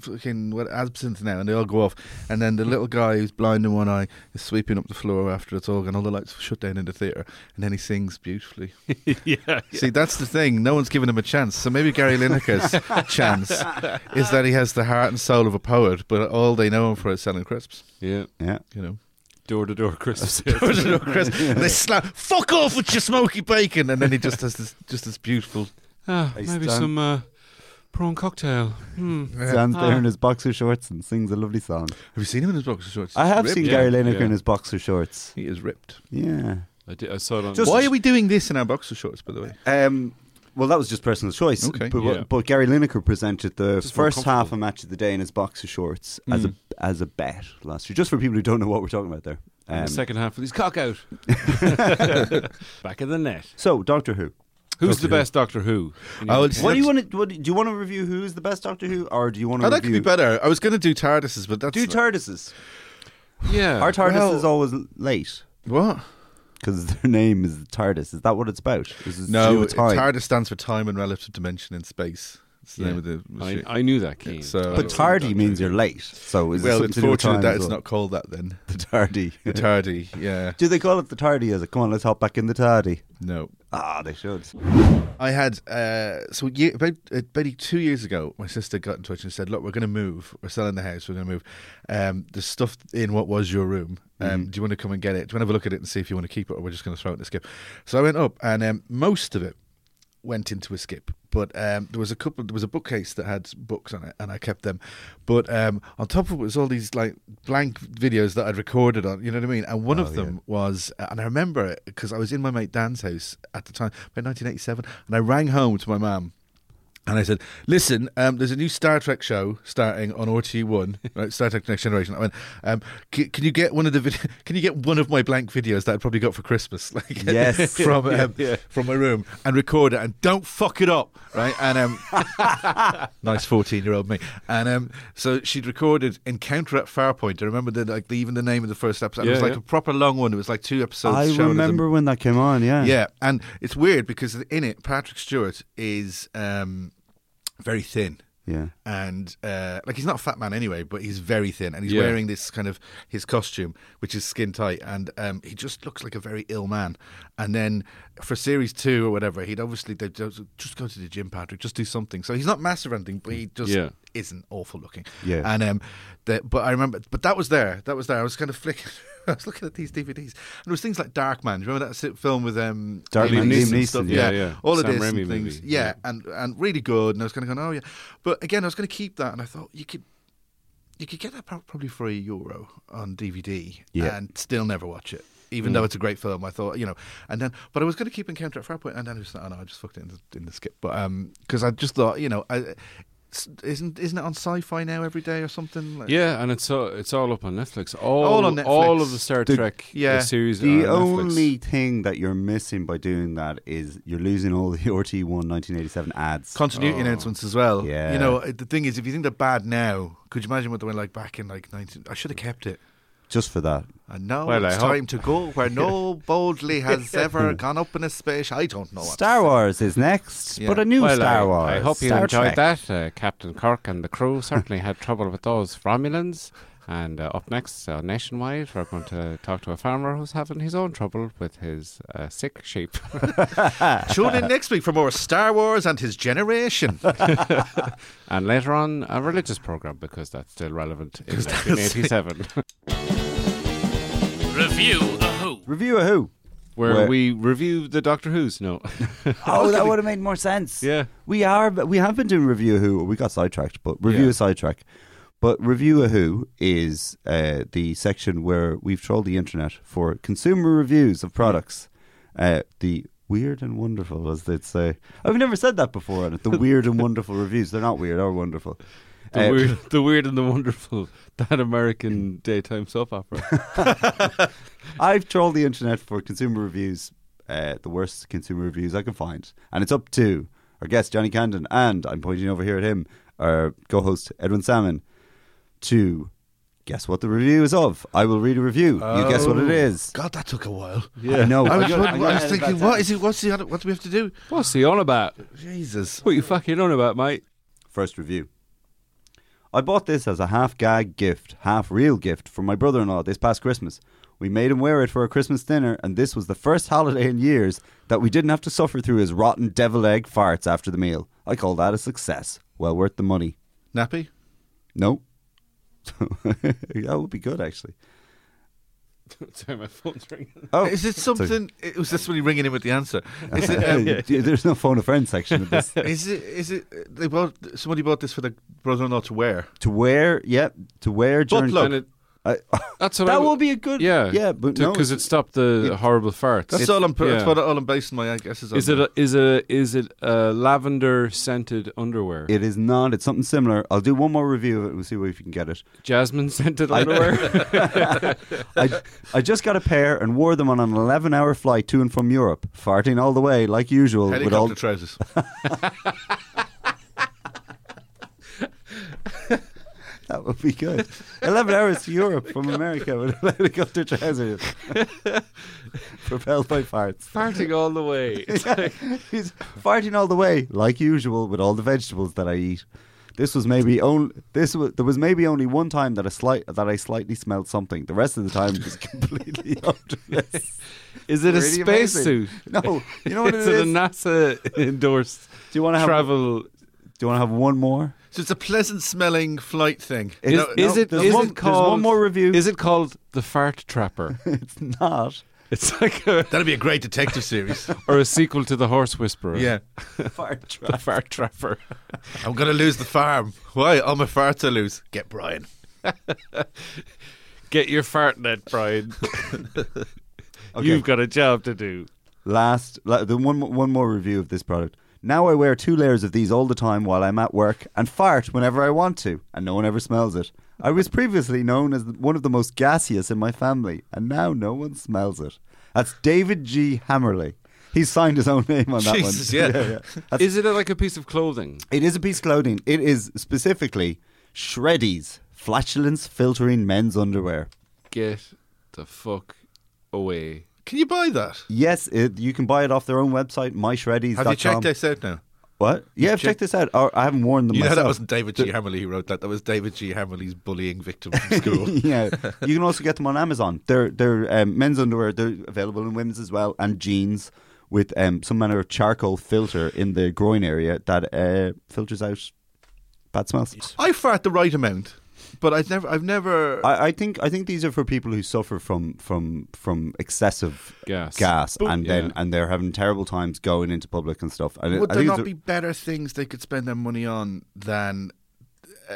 [SPEAKER 4] fucking what absinthe now, and they all go off. And then the little guy who's blind in one eye is sweeping up the floor after it's all, and all the lights shut down in the theater. And then he sings beautifully.
[SPEAKER 3] yeah.
[SPEAKER 4] See, that's the thing. No one's given him a chance. So maybe Gary Lineker's
[SPEAKER 1] [LAUGHS]
[SPEAKER 4] chance is that he has the heart and soul of a poet, but all they know him for is selling crisps.
[SPEAKER 3] Yeah.
[SPEAKER 1] yeah. [LAUGHS]
[SPEAKER 4] You know,
[SPEAKER 3] Door to door
[SPEAKER 4] [LAUGHS]
[SPEAKER 3] Christmas.
[SPEAKER 4] crisps. And they slap, "Fuck off with your smoky bacon," and then he just has this just this beautiful.
[SPEAKER 3] Ah,
[SPEAKER 1] Hey,
[SPEAKER 3] maybe
[SPEAKER 1] Stan.
[SPEAKER 3] some uh, prawn cocktail. Hmm.
[SPEAKER 1] Stands there
[SPEAKER 3] Ah.
[SPEAKER 1] in his boxer shorts and sings a lovely song.
[SPEAKER 4] Have you seen him in his boxer shorts?
[SPEAKER 1] I
[SPEAKER 4] He's
[SPEAKER 1] have
[SPEAKER 4] ripped.
[SPEAKER 1] seen
[SPEAKER 3] yeah,
[SPEAKER 1] Gary Lineker
[SPEAKER 3] yeah.
[SPEAKER 1] in his boxer shorts.
[SPEAKER 4] He is ripped.
[SPEAKER 1] Yeah.
[SPEAKER 3] I, did, I saw it on.
[SPEAKER 1] Just-
[SPEAKER 4] Why are we doing this in our boxer shorts? By the way,
[SPEAKER 1] Um, well, that was just personal choice.
[SPEAKER 4] Okay.
[SPEAKER 1] But,
[SPEAKER 3] Yeah.
[SPEAKER 1] but Gary Lineker presented the
[SPEAKER 3] Just more
[SPEAKER 1] first half
[SPEAKER 3] comfortable. Hmm.
[SPEAKER 1] of Match of the Day in his boxer shorts as a
[SPEAKER 4] Mm.
[SPEAKER 1] as a bet last year. Just for people who don't know what we're talking about there. Um,
[SPEAKER 3] in the second half with his cock
[SPEAKER 4] [LAUGHS]
[SPEAKER 3] out. Back of the net.
[SPEAKER 1] so, Doctor Who.
[SPEAKER 3] Who's
[SPEAKER 4] Doctor
[SPEAKER 3] the
[SPEAKER 4] Who.
[SPEAKER 3] best Doctor Who?
[SPEAKER 4] I would
[SPEAKER 1] What do you want to? What, do you want to review? Who's the best Doctor Who, or do you want to
[SPEAKER 4] Oh, that could
[SPEAKER 1] review?
[SPEAKER 4] be better. I was going to do TARDISes, but that's
[SPEAKER 1] Do TARDISes?
[SPEAKER 3] Yeah.
[SPEAKER 1] Our TARDIS
[SPEAKER 4] well-
[SPEAKER 1] is always l- late
[SPEAKER 4] what?
[SPEAKER 1] because [LAUGHS] their name is the TARDIS. Is that what it's about? Is it to do
[SPEAKER 4] No,
[SPEAKER 1] with time?
[SPEAKER 4] TARDIS stands for time and relative dimension in space. It's the
[SPEAKER 3] Yeah.
[SPEAKER 4] name of the
[SPEAKER 3] I,
[SPEAKER 4] machine.
[SPEAKER 3] I knew that, Keane.
[SPEAKER 4] So- uh,
[SPEAKER 1] but tardy means you're late. So is it
[SPEAKER 4] well,
[SPEAKER 1] something
[SPEAKER 4] it's
[SPEAKER 1] to do with
[SPEAKER 4] fortunate
[SPEAKER 1] time
[SPEAKER 4] that
[SPEAKER 1] as
[SPEAKER 4] it's
[SPEAKER 1] well? [LAUGHS]
[SPEAKER 4] not called that then.
[SPEAKER 1] the tardy.
[SPEAKER 4] The tardy, yeah.
[SPEAKER 1] do they call it the tardy? Is it? Come on, let's hop back in the tardy.
[SPEAKER 4] No.
[SPEAKER 1] Ah, they should.
[SPEAKER 4] I had, uh, so ye about, about two years ago, my sister got in touch and said, Look, we're going to move. We're selling the house. We're going to move. Um, the stuff in what was your room, um, do you want to come and get it? Do you want to have a look at it and see if you want to keep it or we're just going to throw it in the skip? So I went up and um, most of it went into a skip. But um, there was a couple. There was a bookcase that had books on it, and I kept them. But um, on top of it was all these like blank videos that I'd recorded on. You know what I mean? And one of them was, and I remember it because I was in my mate Dan's house at the time, about 1987, and I rang home to my mum. And I said, "Listen, um, there's a new Star Trek show starting on RT One, [LAUGHS] right? Star Trek Next Generation." I went, um, c- "Can you get one of the vid- [LAUGHS] Can you get one of my blank videos that I probably got for Christmas, [LAUGHS] like
[SPEAKER 1] Yes.
[SPEAKER 4] from um, from my room, and record it, and don't fuck it up, right?" And um, nice fourteen-year-old me, and um, so she'd recorded Encounter at Farpoint. I remember the, like the, even the name of the first episode. it
[SPEAKER 3] Yeah,
[SPEAKER 4] was like
[SPEAKER 3] yeah.
[SPEAKER 4] a proper long one. It was like two episodes.
[SPEAKER 1] I
[SPEAKER 4] shown as a-
[SPEAKER 1] remember when that came on. Yeah.
[SPEAKER 4] yeah, and it's weird because in it, Patrick Stewart is um, very thin.
[SPEAKER 1] Yeah.
[SPEAKER 4] and uh, like he's not a fat man anyway, but he's very thin, and he's
[SPEAKER 3] Mm. Yeah.
[SPEAKER 4] wearing this kind of his costume, which is skin tight, and um, he just looks like a very ill man. And then for series two or whatever, he'd obviously they'd just just go to the gym, Patrick, just do something. So he's not massive or anything, but he just
[SPEAKER 3] Yeah.
[SPEAKER 4] isn't awful looking.
[SPEAKER 1] Yeah.
[SPEAKER 4] and um, the, but I remember, but that was there, that was there. I was kind of flicking. [LAUGHS] I was looking at these DVDs, and there was things like Dark Man. Do you remember that si- film with um,
[SPEAKER 1] Dark Man, Liam
[SPEAKER 4] and
[SPEAKER 1] Neeson,
[SPEAKER 4] stuff?
[SPEAKER 3] yeah, yeah.
[SPEAKER 4] All of
[SPEAKER 3] Sam
[SPEAKER 4] this and
[SPEAKER 3] Raimi
[SPEAKER 4] things,
[SPEAKER 3] movie,
[SPEAKER 4] yeah
[SPEAKER 3] yeah.
[SPEAKER 4] and and really good. And I was kind of going, oh yeah, but again, I was going to keep that, and I thought you could you could get that pro- probably for a euro on DVD,
[SPEAKER 1] Yeah.
[SPEAKER 4] and still never watch it. Even though it's a great film, I thought you know, and then but I was going to keep Encounter at Farpoint, and then I was like, oh, no, I just fucked it in the, in the skip, but um, because I just thought you know, I, s- isn't isn't it on Sci-Fi now every day or something? Like,
[SPEAKER 3] Yeah, and it's all, it's all up on Netflix. All,
[SPEAKER 4] All on
[SPEAKER 3] all
[SPEAKER 4] Netflix.
[SPEAKER 3] of the Star
[SPEAKER 1] The-
[SPEAKER 3] Trek
[SPEAKER 4] yeah.
[SPEAKER 3] uh, series.
[SPEAKER 1] The
[SPEAKER 3] are on Netflix.
[SPEAKER 1] only thing that you're missing by doing that is you're losing all the [LAUGHS] RT1 1987 ads.
[SPEAKER 4] Continuity announcements as well.
[SPEAKER 1] Yeah.
[SPEAKER 4] oh. you know uh, the thing is, if you think they're bad now, could you imagine what they were like back in like nineteen? I should have kept it.
[SPEAKER 1] just for that.
[SPEAKER 4] And now
[SPEAKER 3] Well,
[SPEAKER 4] it's
[SPEAKER 3] I hope-
[SPEAKER 4] time to go where
[SPEAKER 3] [LAUGHS]
[SPEAKER 4] no boldly has ever gone up in a space. I don't know. what to
[SPEAKER 1] Star
[SPEAKER 4] say.
[SPEAKER 1] Wars is next,
[SPEAKER 4] Yeah.
[SPEAKER 1] but a new
[SPEAKER 3] Well,
[SPEAKER 1] Star
[SPEAKER 3] I,
[SPEAKER 1] Wars.
[SPEAKER 3] I hope you
[SPEAKER 1] Star
[SPEAKER 3] enjoyed
[SPEAKER 1] Trek.
[SPEAKER 3] that. Uh, Captain Kirk and the crew certainly had trouble with those Romulans. And uh, up next, uh, nationwide, we're going to talk to a farmer who's having his own trouble with his uh, sick sheep.
[SPEAKER 4] Tune in next week for more Star Wars and his generation.
[SPEAKER 3] [LAUGHS] and later on, a religious program because that's still relevant in 1987,
[SPEAKER 2] Review the Who.
[SPEAKER 1] Review a Who.
[SPEAKER 3] [LAUGHS] where,
[SPEAKER 1] Where-
[SPEAKER 3] we review the Doctor Who's. No, [LAUGHS]
[SPEAKER 1] Oh, that would have made more sense.
[SPEAKER 3] Yeah.
[SPEAKER 1] we are. We have been doing review a Who. We got sidetracked, but review
[SPEAKER 3] Yeah.
[SPEAKER 1] a sidetrack. But review a Who is uh, the section where we've trolled the internet for consumer reviews of products. Uh, the weird and wonderful, as they'd say. I've never said that before. On it, the weird and wonderful reviews. They're not weird or wonderful.
[SPEAKER 3] the,
[SPEAKER 1] Uh,
[SPEAKER 3] weird, the weird and the wonderful, that American daytime soap opera.
[SPEAKER 1] I've trolled the internet for consumer reviews, uh, the worst consumer reviews I can find. And it's up to our guest, Johnny Candon, and I'm pointing over here at him, our co host, Edwin Salmon, to guess what the review is of. I will read a review. You guess what it is.
[SPEAKER 4] God, that took a while.
[SPEAKER 1] Yeah. I know.
[SPEAKER 4] Oh. I was,
[SPEAKER 1] got-
[SPEAKER 4] wondering-
[SPEAKER 1] got
[SPEAKER 4] I was
[SPEAKER 1] it at
[SPEAKER 4] thinking,
[SPEAKER 1] that
[SPEAKER 4] what
[SPEAKER 1] time.
[SPEAKER 4] is it? What's the? other- What do we have to do?
[SPEAKER 3] What's he on about?
[SPEAKER 4] Jesus.
[SPEAKER 3] What you fucking on about, mate?
[SPEAKER 1] First review. I bought this as a half gag gift, half real gift for my brother in law this past Christmas. We made him wear it for a Christmas dinner, and this was the first holiday in years that we didn't have to suffer through his rotten devil egg farts after the meal. I call that a success. Well worth the money.
[SPEAKER 4] Nappy.
[SPEAKER 1] No. [LAUGHS] that would be good, actually.
[SPEAKER 3] Sorry, my phone's ringing.
[SPEAKER 1] Oh,
[SPEAKER 4] Is it something? It was just really ringing in with the answer. Is
[SPEAKER 3] [LAUGHS]
[SPEAKER 1] [LAUGHS]
[SPEAKER 4] it? Um,
[SPEAKER 1] there's no phone a friend section of
[SPEAKER 4] [LAUGHS]
[SPEAKER 1] this.
[SPEAKER 4] Is it? Is it? They bought somebody bought this for the brother-in-law to wear.
[SPEAKER 1] to wear, yep, to wear during.
[SPEAKER 4] Buttplug.
[SPEAKER 3] And it-
[SPEAKER 1] I-
[SPEAKER 3] that's what
[SPEAKER 1] that
[SPEAKER 3] I w-
[SPEAKER 1] would be a good.
[SPEAKER 3] Yeah,
[SPEAKER 1] yeah, but no,
[SPEAKER 3] because it stopped the
[SPEAKER 4] it-
[SPEAKER 3] horrible farts.
[SPEAKER 4] That's
[SPEAKER 3] It-
[SPEAKER 4] all I'm. That's
[SPEAKER 3] yeah.
[SPEAKER 4] what all I'm basing my I guess is on.
[SPEAKER 3] Is it a, is a is it a lavender scented underwear?
[SPEAKER 1] It is not. It's something similar. I'll do one more review of it. We'll see if you can get it.
[SPEAKER 3] Jasmine
[SPEAKER 1] [LAUGHS]
[SPEAKER 3] scented underwear.
[SPEAKER 1] I, I just got a pair and wore them on an 11 hour flight to and from Europe, farting all the way, like usual.
[SPEAKER 4] helicopter
[SPEAKER 1] With all,
[SPEAKER 4] trousers?
[SPEAKER 1] that would be good. 11 hours to Europe from America with [LAUGHS] helicopter trousers. [LAUGHS] Propelled by farts.
[SPEAKER 3] Farting all the way.
[SPEAKER 1] He's farting all the way, like usual, with all the vegetables that I eat. This was maybe only this was there was maybe only one time that a slight that I slightly smelled something. The rest of the time it was [LAUGHS] completely odorless.
[SPEAKER 3] Is it a
[SPEAKER 1] Really amazing.
[SPEAKER 3] spacesuit?
[SPEAKER 1] No, you
[SPEAKER 3] [LAUGHS]
[SPEAKER 1] know what
[SPEAKER 3] is
[SPEAKER 1] it
[SPEAKER 3] it
[SPEAKER 1] is?
[SPEAKER 3] a
[SPEAKER 1] Um,
[SPEAKER 3] NASA [LAUGHS] endorsed
[SPEAKER 1] Do you want to have
[SPEAKER 3] travel?
[SPEAKER 1] Do you want to have one more? [LAUGHS]
[SPEAKER 4] So it's a pleasant-smelling flight thing.
[SPEAKER 1] Is-
[SPEAKER 4] No,
[SPEAKER 3] is
[SPEAKER 4] no,
[SPEAKER 3] it
[SPEAKER 1] there's
[SPEAKER 3] is
[SPEAKER 1] one- there's
[SPEAKER 3] it
[SPEAKER 1] one
[SPEAKER 3] called
[SPEAKER 1] more review.
[SPEAKER 3] Is it called the fart trapper?
[SPEAKER 1] [LAUGHS] It's not.
[SPEAKER 3] it's like a,
[SPEAKER 4] That'd be a great detective
[SPEAKER 1] [LAUGHS]
[SPEAKER 4] series.
[SPEAKER 3] or a sequel to the horse whisperer.
[SPEAKER 4] yeah.
[SPEAKER 1] Fart
[SPEAKER 3] [LAUGHS] the fart trapper.
[SPEAKER 4] I'm gonna lose the farm. Why? All my farts are loose. Get Brian.
[SPEAKER 3] Get your fart net, Brian.
[SPEAKER 1] [LAUGHS] Okay.
[SPEAKER 3] You've got a job to do.
[SPEAKER 1] Last, la- the one mo- one more review of this product. Now I wear two layers of these all the time while I'm at work and fart whenever I want to, and no one ever smells it. I was previously known as one of the most gaseous in my family, and now no one smells it. That's David G. Hammerley. He signed his own name on that
[SPEAKER 4] Jesus,
[SPEAKER 1] one. [LAUGHS]
[SPEAKER 4] yeah.
[SPEAKER 1] That's-
[SPEAKER 3] Is it like a piece of clothing?
[SPEAKER 1] It is a piece of clothing. It is specifically Shreddies flatulence filtering men's underwear.
[SPEAKER 3] Get the fuck away.
[SPEAKER 4] Can you buy that?
[SPEAKER 1] Yes, it, you can buy it off their own website, myshreddies.com.
[SPEAKER 4] Have you checked this out now?
[SPEAKER 1] What? Yeah, check this out. Or I haven't worn them
[SPEAKER 4] You know
[SPEAKER 1] myself. [LAUGHS]
[SPEAKER 4] that wasn't David G. Hammerley who wrote that. That was David G. Hammerley's bullying
[SPEAKER 1] [LAUGHS]
[SPEAKER 4] victim from school. [LAUGHS]
[SPEAKER 1] yeah, you can also get them on Amazon. They're they're um, men's underwear. They're available in women's as well, and jeans with um, some manner of charcoal filter in the groin area that uh, filters out bad smells.
[SPEAKER 4] I fart the right amount, but I've never, I've never.
[SPEAKER 1] I, I think I think these are for people who suffer from from from excessive
[SPEAKER 3] Gas.
[SPEAKER 1] and then
[SPEAKER 3] Yeah.
[SPEAKER 1] and they're having terrible times going into public and stuff. And it-
[SPEAKER 4] would
[SPEAKER 1] I
[SPEAKER 4] there
[SPEAKER 1] think
[SPEAKER 4] not
[SPEAKER 1] it's a-
[SPEAKER 4] be better things they could spend their money on than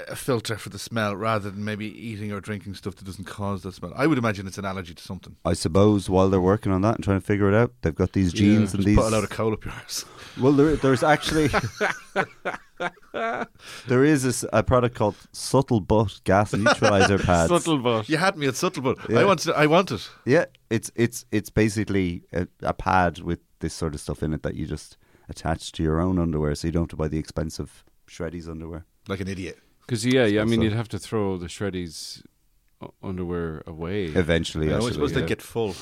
[SPEAKER 4] a filter for the smell, rather than maybe eating or drinking stuff that doesn't cause the smell? I would imagine it's an allergy to something.
[SPEAKER 1] I suppose while they're working on that and trying to figure it out, they've got these jeans and
[SPEAKER 4] Just
[SPEAKER 1] these
[SPEAKER 4] put a load of coal up your arse. [LAUGHS]
[SPEAKER 1] Well, there, there's actually [LAUGHS] there is a s- a, product called Subtle Butt Gas
[SPEAKER 4] [LAUGHS]
[SPEAKER 1] Neutralizer Pads.
[SPEAKER 3] Subtle but
[SPEAKER 4] You had me at subtle, but
[SPEAKER 1] Yeah.
[SPEAKER 4] I want to, I want it.
[SPEAKER 1] Yeah, it's it's it's basically a, a pad with this sort of stuff in it that you just attach to your own underwear, so you don't have to buy the expensive Shreddies underwear.
[SPEAKER 4] Like an idiot.
[SPEAKER 3] because yeah, yeah. I mean,
[SPEAKER 1] so.
[SPEAKER 3] you'd have to throw the Shreddies u- underwear away.
[SPEAKER 1] Eventually,
[SPEAKER 4] I
[SPEAKER 1] actually,
[SPEAKER 4] suppose
[SPEAKER 1] yeah.
[SPEAKER 4] they get full.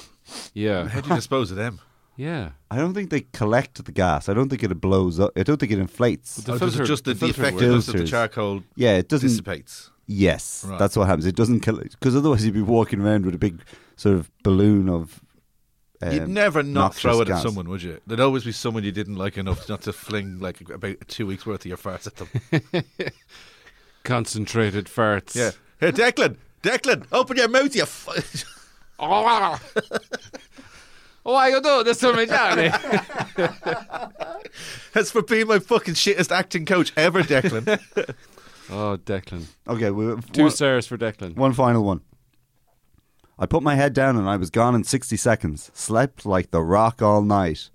[SPEAKER 3] Yeah,
[SPEAKER 4] How [LAUGHS] do you dispose of them?
[SPEAKER 3] yeah.
[SPEAKER 1] I don't think they collect the gas. I don't think it blows up. I don't think it inflates.
[SPEAKER 3] The
[SPEAKER 4] or does it
[SPEAKER 3] filter-
[SPEAKER 4] just the,
[SPEAKER 3] the filter
[SPEAKER 4] effectiveness of the
[SPEAKER 1] works.
[SPEAKER 4] charcoal
[SPEAKER 1] Yeah, it doesn't.
[SPEAKER 4] dissipates?
[SPEAKER 1] Yes,
[SPEAKER 4] Right.
[SPEAKER 1] that's what happens. It doesn't kill because otherwise you'd be walking around with a big sort of balloon of.
[SPEAKER 4] You'd
[SPEAKER 1] um,
[SPEAKER 4] never not
[SPEAKER 1] noxious
[SPEAKER 4] throw it
[SPEAKER 1] gas.
[SPEAKER 4] at someone, would you? There'd always be someone you didn't like enough not to fling like about two weeks worth of your farts
[SPEAKER 1] [LAUGHS]
[SPEAKER 4] at them.
[SPEAKER 3] Concentrated farts.
[SPEAKER 4] Yeah. Here, Declan, Declan, open your mouth, you. F-
[SPEAKER 3] Oh, why you doing this to me, Johnny?
[SPEAKER 4] [LAUGHS]
[SPEAKER 3] [LAUGHS]
[SPEAKER 4] That's for being my fucking shittest acting coach ever, Declan.
[SPEAKER 1] [LAUGHS]
[SPEAKER 3] oh, Declan.
[SPEAKER 1] Okay, we,
[SPEAKER 3] Two
[SPEAKER 1] one-
[SPEAKER 3] stars for Declan.
[SPEAKER 1] One final one. I put my head down and I was gone in 60 seconds. Slept like the rock all night.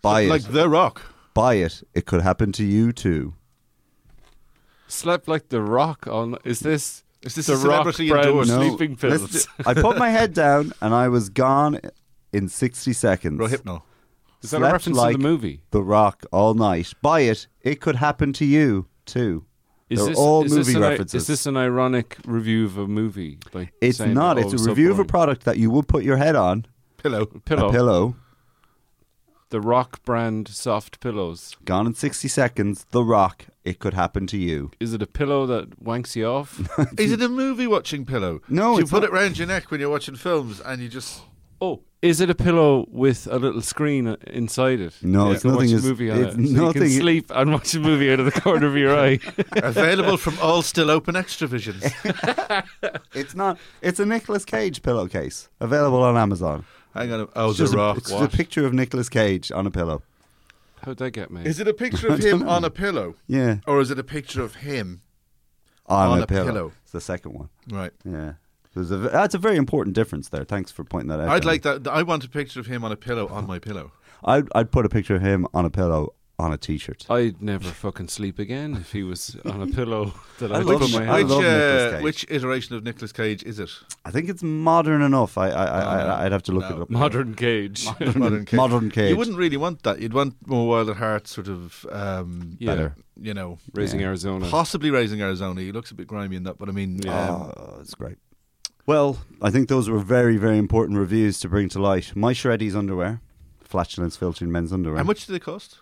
[SPEAKER 1] Buy
[SPEAKER 4] like
[SPEAKER 1] it.
[SPEAKER 4] The Rock.
[SPEAKER 1] Buy it. It could happen to you too.
[SPEAKER 3] Slept like the rock on. Is this?
[SPEAKER 4] Is this
[SPEAKER 3] the
[SPEAKER 4] a
[SPEAKER 3] rock
[SPEAKER 4] celebrity
[SPEAKER 3] brand
[SPEAKER 4] endorsed?
[SPEAKER 3] sleeping
[SPEAKER 1] let's
[SPEAKER 3] pills?
[SPEAKER 1] do- I put my head down and I was gone in 60
[SPEAKER 4] [LAUGHS]
[SPEAKER 1] seconds.
[SPEAKER 4] Rohypnol.
[SPEAKER 3] Is that a
[SPEAKER 1] Slept
[SPEAKER 3] reference
[SPEAKER 1] like
[SPEAKER 3] to the movie?
[SPEAKER 1] The rock all night. Buy it. It could happen to you too.
[SPEAKER 3] Is
[SPEAKER 1] They're
[SPEAKER 3] this,
[SPEAKER 1] all
[SPEAKER 3] is
[SPEAKER 1] movie
[SPEAKER 3] this an i-
[SPEAKER 1] references.
[SPEAKER 3] is this an ironic review of a movie? Like
[SPEAKER 1] it's
[SPEAKER 3] saying,
[SPEAKER 1] not.
[SPEAKER 3] "Oh,
[SPEAKER 1] It's
[SPEAKER 3] so
[SPEAKER 1] a review of a
[SPEAKER 3] boring."
[SPEAKER 1] product that you would put your head on.
[SPEAKER 4] Pillow.
[SPEAKER 3] pillow.
[SPEAKER 1] A pillow.
[SPEAKER 3] The Rock brand soft pillows.
[SPEAKER 1] Gone in 60 seconds. The rock. It could happen to you.
[SPEAKER 3] Is it a pillow that wanks you off?
[SPEAKER 1] [LAUGHS]
[SPEAKER 4] Is it a movie watching pillow?
[SPEAKER 1] No,
[SPEAKER 4] Do you
[SPEAKER 1] it's
[SPEAKER 4] put
[SPEAKER 1] not.
[SPEAKER 4] it round your neck when you're watching films and you just.
[SPEAKER 3] oh, is it a pillow with a little screen uh, inside it?
[SPEAKER 1] No,
[SPEAKER 3] You
[SPEAKER 1] it's
[SPEAKER 3] can
[SPEAKER 1] nothing
[SPEAKER 3] Watch
[SPEAKER 1] is-
[SPEAKER 3] a movie on
[SPEAKER 1] it's
[SPEAKER 3] it. So
[SPEAKER 1] nothing-
[SPEAKER 3] You can sleep and watch a movie out of the corner of your
[SPEAKER 1] [LAUGHS]
[SPEAKER 3] eye.
[SPEAKER 4] Available from all still open extra visions.
[SPEAKER 1] It's not. It's a Nicolas Cage pillowcase available on Amazon.
[SPEAKER 4] Hang on. a- Oh,
[SPEAKER 1] It's
[SPEAKER 4] The
[SPEAKER 1] just a-
[SPEAKER 4] Rock.
[SPEAKER 1] it's just a picture of Nicolas Cage on a pillow.
[SPEAKER 3] How'd that get made?
[SPEAKER 4] Is it a [LAUGHS] picture of him on a pillow?
[SPEAKER 1] Yeah,
[SPEAKER 4] Or is it a picture of him?
[SPEAKER 1] on,
[SPEAKER 4] On
[SPEAKER 1] a,
[SPEAKER 4] a
[SPEAKER 1] pillow.
[SPEAKER 4] pillow.
[SPEAKER 1] It's the second one.
[SPEAKER 4] Right.
[SPEAKER 1] Yeah, There's a, that's a very important difference there. Thanks for pointing that out.
[SPEAKER 4] I'd
[SPEAKER 1] Danny.
[SPEAKER 4] like that. I want a picture of him on a pillow on my pillow.
[SPEAKER 1] I'd, I'd put a picture of him on a pillow on a T-shirt.
[SPEAKER 3] I'd never fucking sleep again if he was on a pillow that I,
[SPEAKER 1] I
[SPEAKER 3] would
[SPEAKER 1] love
[SPEAKER 3] put
[SPEAKER 1] you.
[SPEAKER 3] my
[SPEAKER 1] I
[SPEAKER 3] hand.
[SPEAKER 1] love
[SPEAKER 4] which,
[SPEAKER 1] Nicolas
[SPEAKER 4] uh,
[SPEAKER 1] Cage.
[SPEAKER 4] which iteration of Nicolas Cage is it?
[SPEAKER 1] I think it's modern enough. I I, I,
[SPEAKER 4] No,
[SPEAKER 1] I I'd have to look
[SPEAKER 4] no.
[SPEAKER 1] it up.
[SPEAKER 3] Modern Cage.
[SPEAKER 4] Modern Cage.
[SPEAKER 1] Modern Cage.
[SPEAKER 4] You wouldn't really want that. You'd want more Wild at Heart, sort of, um,
[SPEAKER 3] [LAUGHS] Yeah. Better.
[SPEAKER 4] you know,
[SPEAKER 3] Raising Arizona.
[SPEAKER 4] possibly raising Arizona. He looks a bit grimy in that, but I mean,
[SPEAKER 3] Yeah.
[SPEAKER 4] um,
[SPEAKER 1] Oh, it's great. Well, I think those were very very important reviews to bring to light. My Shreddies underwear, flatulence filtering men's underwear.
[SPEAKER 4] how much do they cost?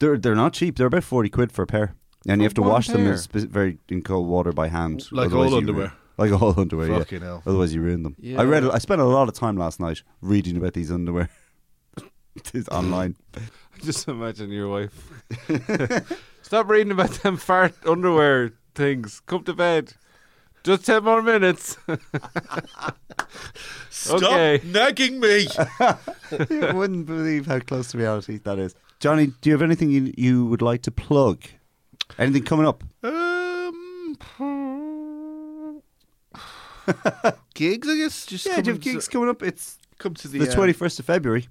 [SPEAKER 1] They're they're not cheap. They're about forty quid for a pair, and you
[SPEAKER 3] For
[SPEAKER 1] have to
[SPEAKER 3] one
[SPEAKER 1] wash them in
[SPEAKER 3] pair?
[SPEAKER 1] spe- very in cold water by hand,
[SPEAKER 4] Like
[SPEAKER 1] Otherwise
[SPEAKER 4] all
[SPEAKER 1] you
[SPEAKER 4] underwear.
[SPEAKER 1] ruin- like all underwear. Yeah.
[SPEAKER 4] Fucking hell.
[SPEAKER 1] Otherwise, you ruin them.
[SPEAKER 3] Yeah.
[SPEAKER 1] I read. I spent a lot of time last night reading about these underwear. [LAUGHS] It's online.
[SPEAKER 3] [LAUGHS] Just imagine
[SPEAKER 1] [LAUGHS]
[SPEAKER 3] your wife. [LAUGHS] Stop reading about them fart underwear things. Come to bed. Just 10 more minutes. [LAUGHS]
[SPEAKER 4] Stop
[SPEAKER 3] Okay.
[SPEAKER 4] nagging me. [LAUGHS]
[SPEAKER 1] [LAUGHS] you wouldn't believe how close to reality that is. Johnny, do you have anything you, you would like to plug? Anything coming up?
[SPEAKER 4] um, [LAUGHS] gigs, I guess. Just
[SPEAKER 1] yeah,
[SPEAKER 4] come
[SPEAKER 1] do you have
[SPEAKER 4] to-
[SPEAKER 1] gigs coming up? It's
[SPEAKER 4] Come to the
[SPEAKER 1] the
[SPEAKER 4] uh,
[SPEAKER 1] twenty first of February.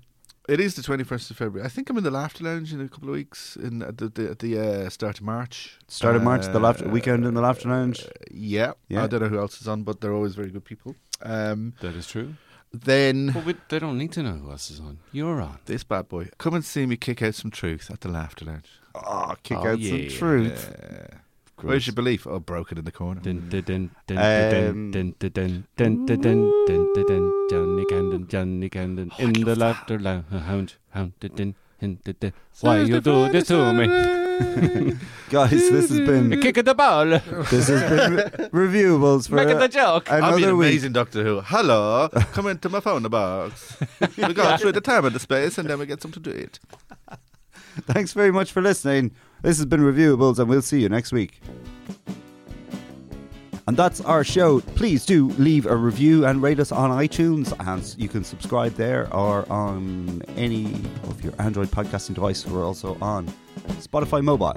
[SPEAKER 4] It is the twenty first of February. I think I'm in the Laughter Lounge in a couple of weeks. In at the the, at the uh, start of March.
[SPEAKER 1] Start of March, the laughter
[SPEAKER 4] Uh,
[SPEAKER 1] weekend in the laughter lounge.
[SPEAKER 4] Yeah.
[SPEAKER 1] Yeah.
[SPEAKER 4] I don't know who else is on, but they're always very good people. Um,
[SPEAKER 3] That is true.
[SPEAKER 4] then
[SPEAKER 3] But we, they don't need to know who else is on. You're on.
[SPEAKER 4] this bad boy, come and see me kick out some truth at the Laughter Lounge.
[SPEAKER 1] Oh, kick
[SPEAKER 3] Oh,
[SPEAKER 1] out some
[SPEAKER 3] yeah.
[SPEAKER 1] truth.
[SPEAKER 4] Yeah. Where's your belief? Oh, broken in the corner.
[SPEAKER 3] Dun, dun, dun, dun,
[SPEAKER 1] Um,
[SPEAKER 3] dun, dun, dun, dun, dun, dun, dun, dun, dun, dun, Johnny Candon, Johnny Candon, uh, in the laughter lounge, hound, hound, dun, dun, dun, dun, dun. Why you do this to me?
[SPEAKER 1] Guys, this has been
[SPEAKER 3] Kick at the ball. [LAUGHS]
[SPEAKER 1] this has [LAUGHS] been re- reviewables for
[SPEAKER 3] Make it
[SPEAKER 1] a-
[SPEAKER 3] the joke.
[SPEAKER 1] another
[SPEAKER 5] I'll be an
[SPEAKER 1] week.
[SPEAKER 5] amazing Doctor Who.
[SPEAKER 1] [LAUGHS]
[SPEAKER 5] Hello, come into my phone box. We go through the time and the space, and then we get something to eat.
[SPEAKER 1] [LAUGHS] Thanks very much for listening. This has been Reviewables, and we'll see you next week. And that's our show. Please do leave a review and rate us on iTunes. And you can subscribe there or on any of your Android podcasting device. We're also on Spotify Mobile.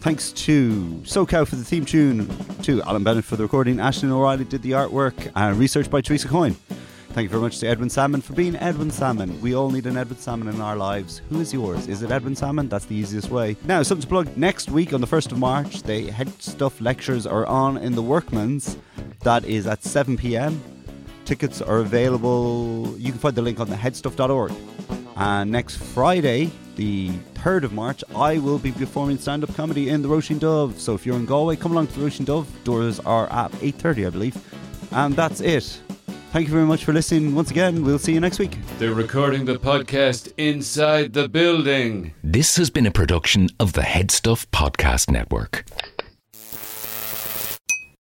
[SPEAKER 1] Thanks to SoCal for the theme tune, to Alan Bennett for the recording, Ashton O'Reilly did the artwork, and research by Teresa Coyne. Thank you very much to Edwin Salmon for being Edwin Salmon. We all need an Edwin Salmon in our lives. Who is yours? Is it Edwin Salmon? That's the easiest way. Now, something to plug next week on the 1st of March, the Head Stuff lectures are on in the Workman's. That is at 7 pm. Tickets are available. You can find the link on theheadstuff.org. And next Friday, the 3rd of March, I will be performing stand-up comedy in the Roaching Dove. So if you're in Galway, come along to the Roaching Dove. Doors are at 8.30, I believe. And that's it. Thank you very much for listening once again. We'll see you next week.
[SPEAKER 3] They're recording the podcast inside the building.
[SPEAKER 6] This has been a production of the Headstuff Podcast Network.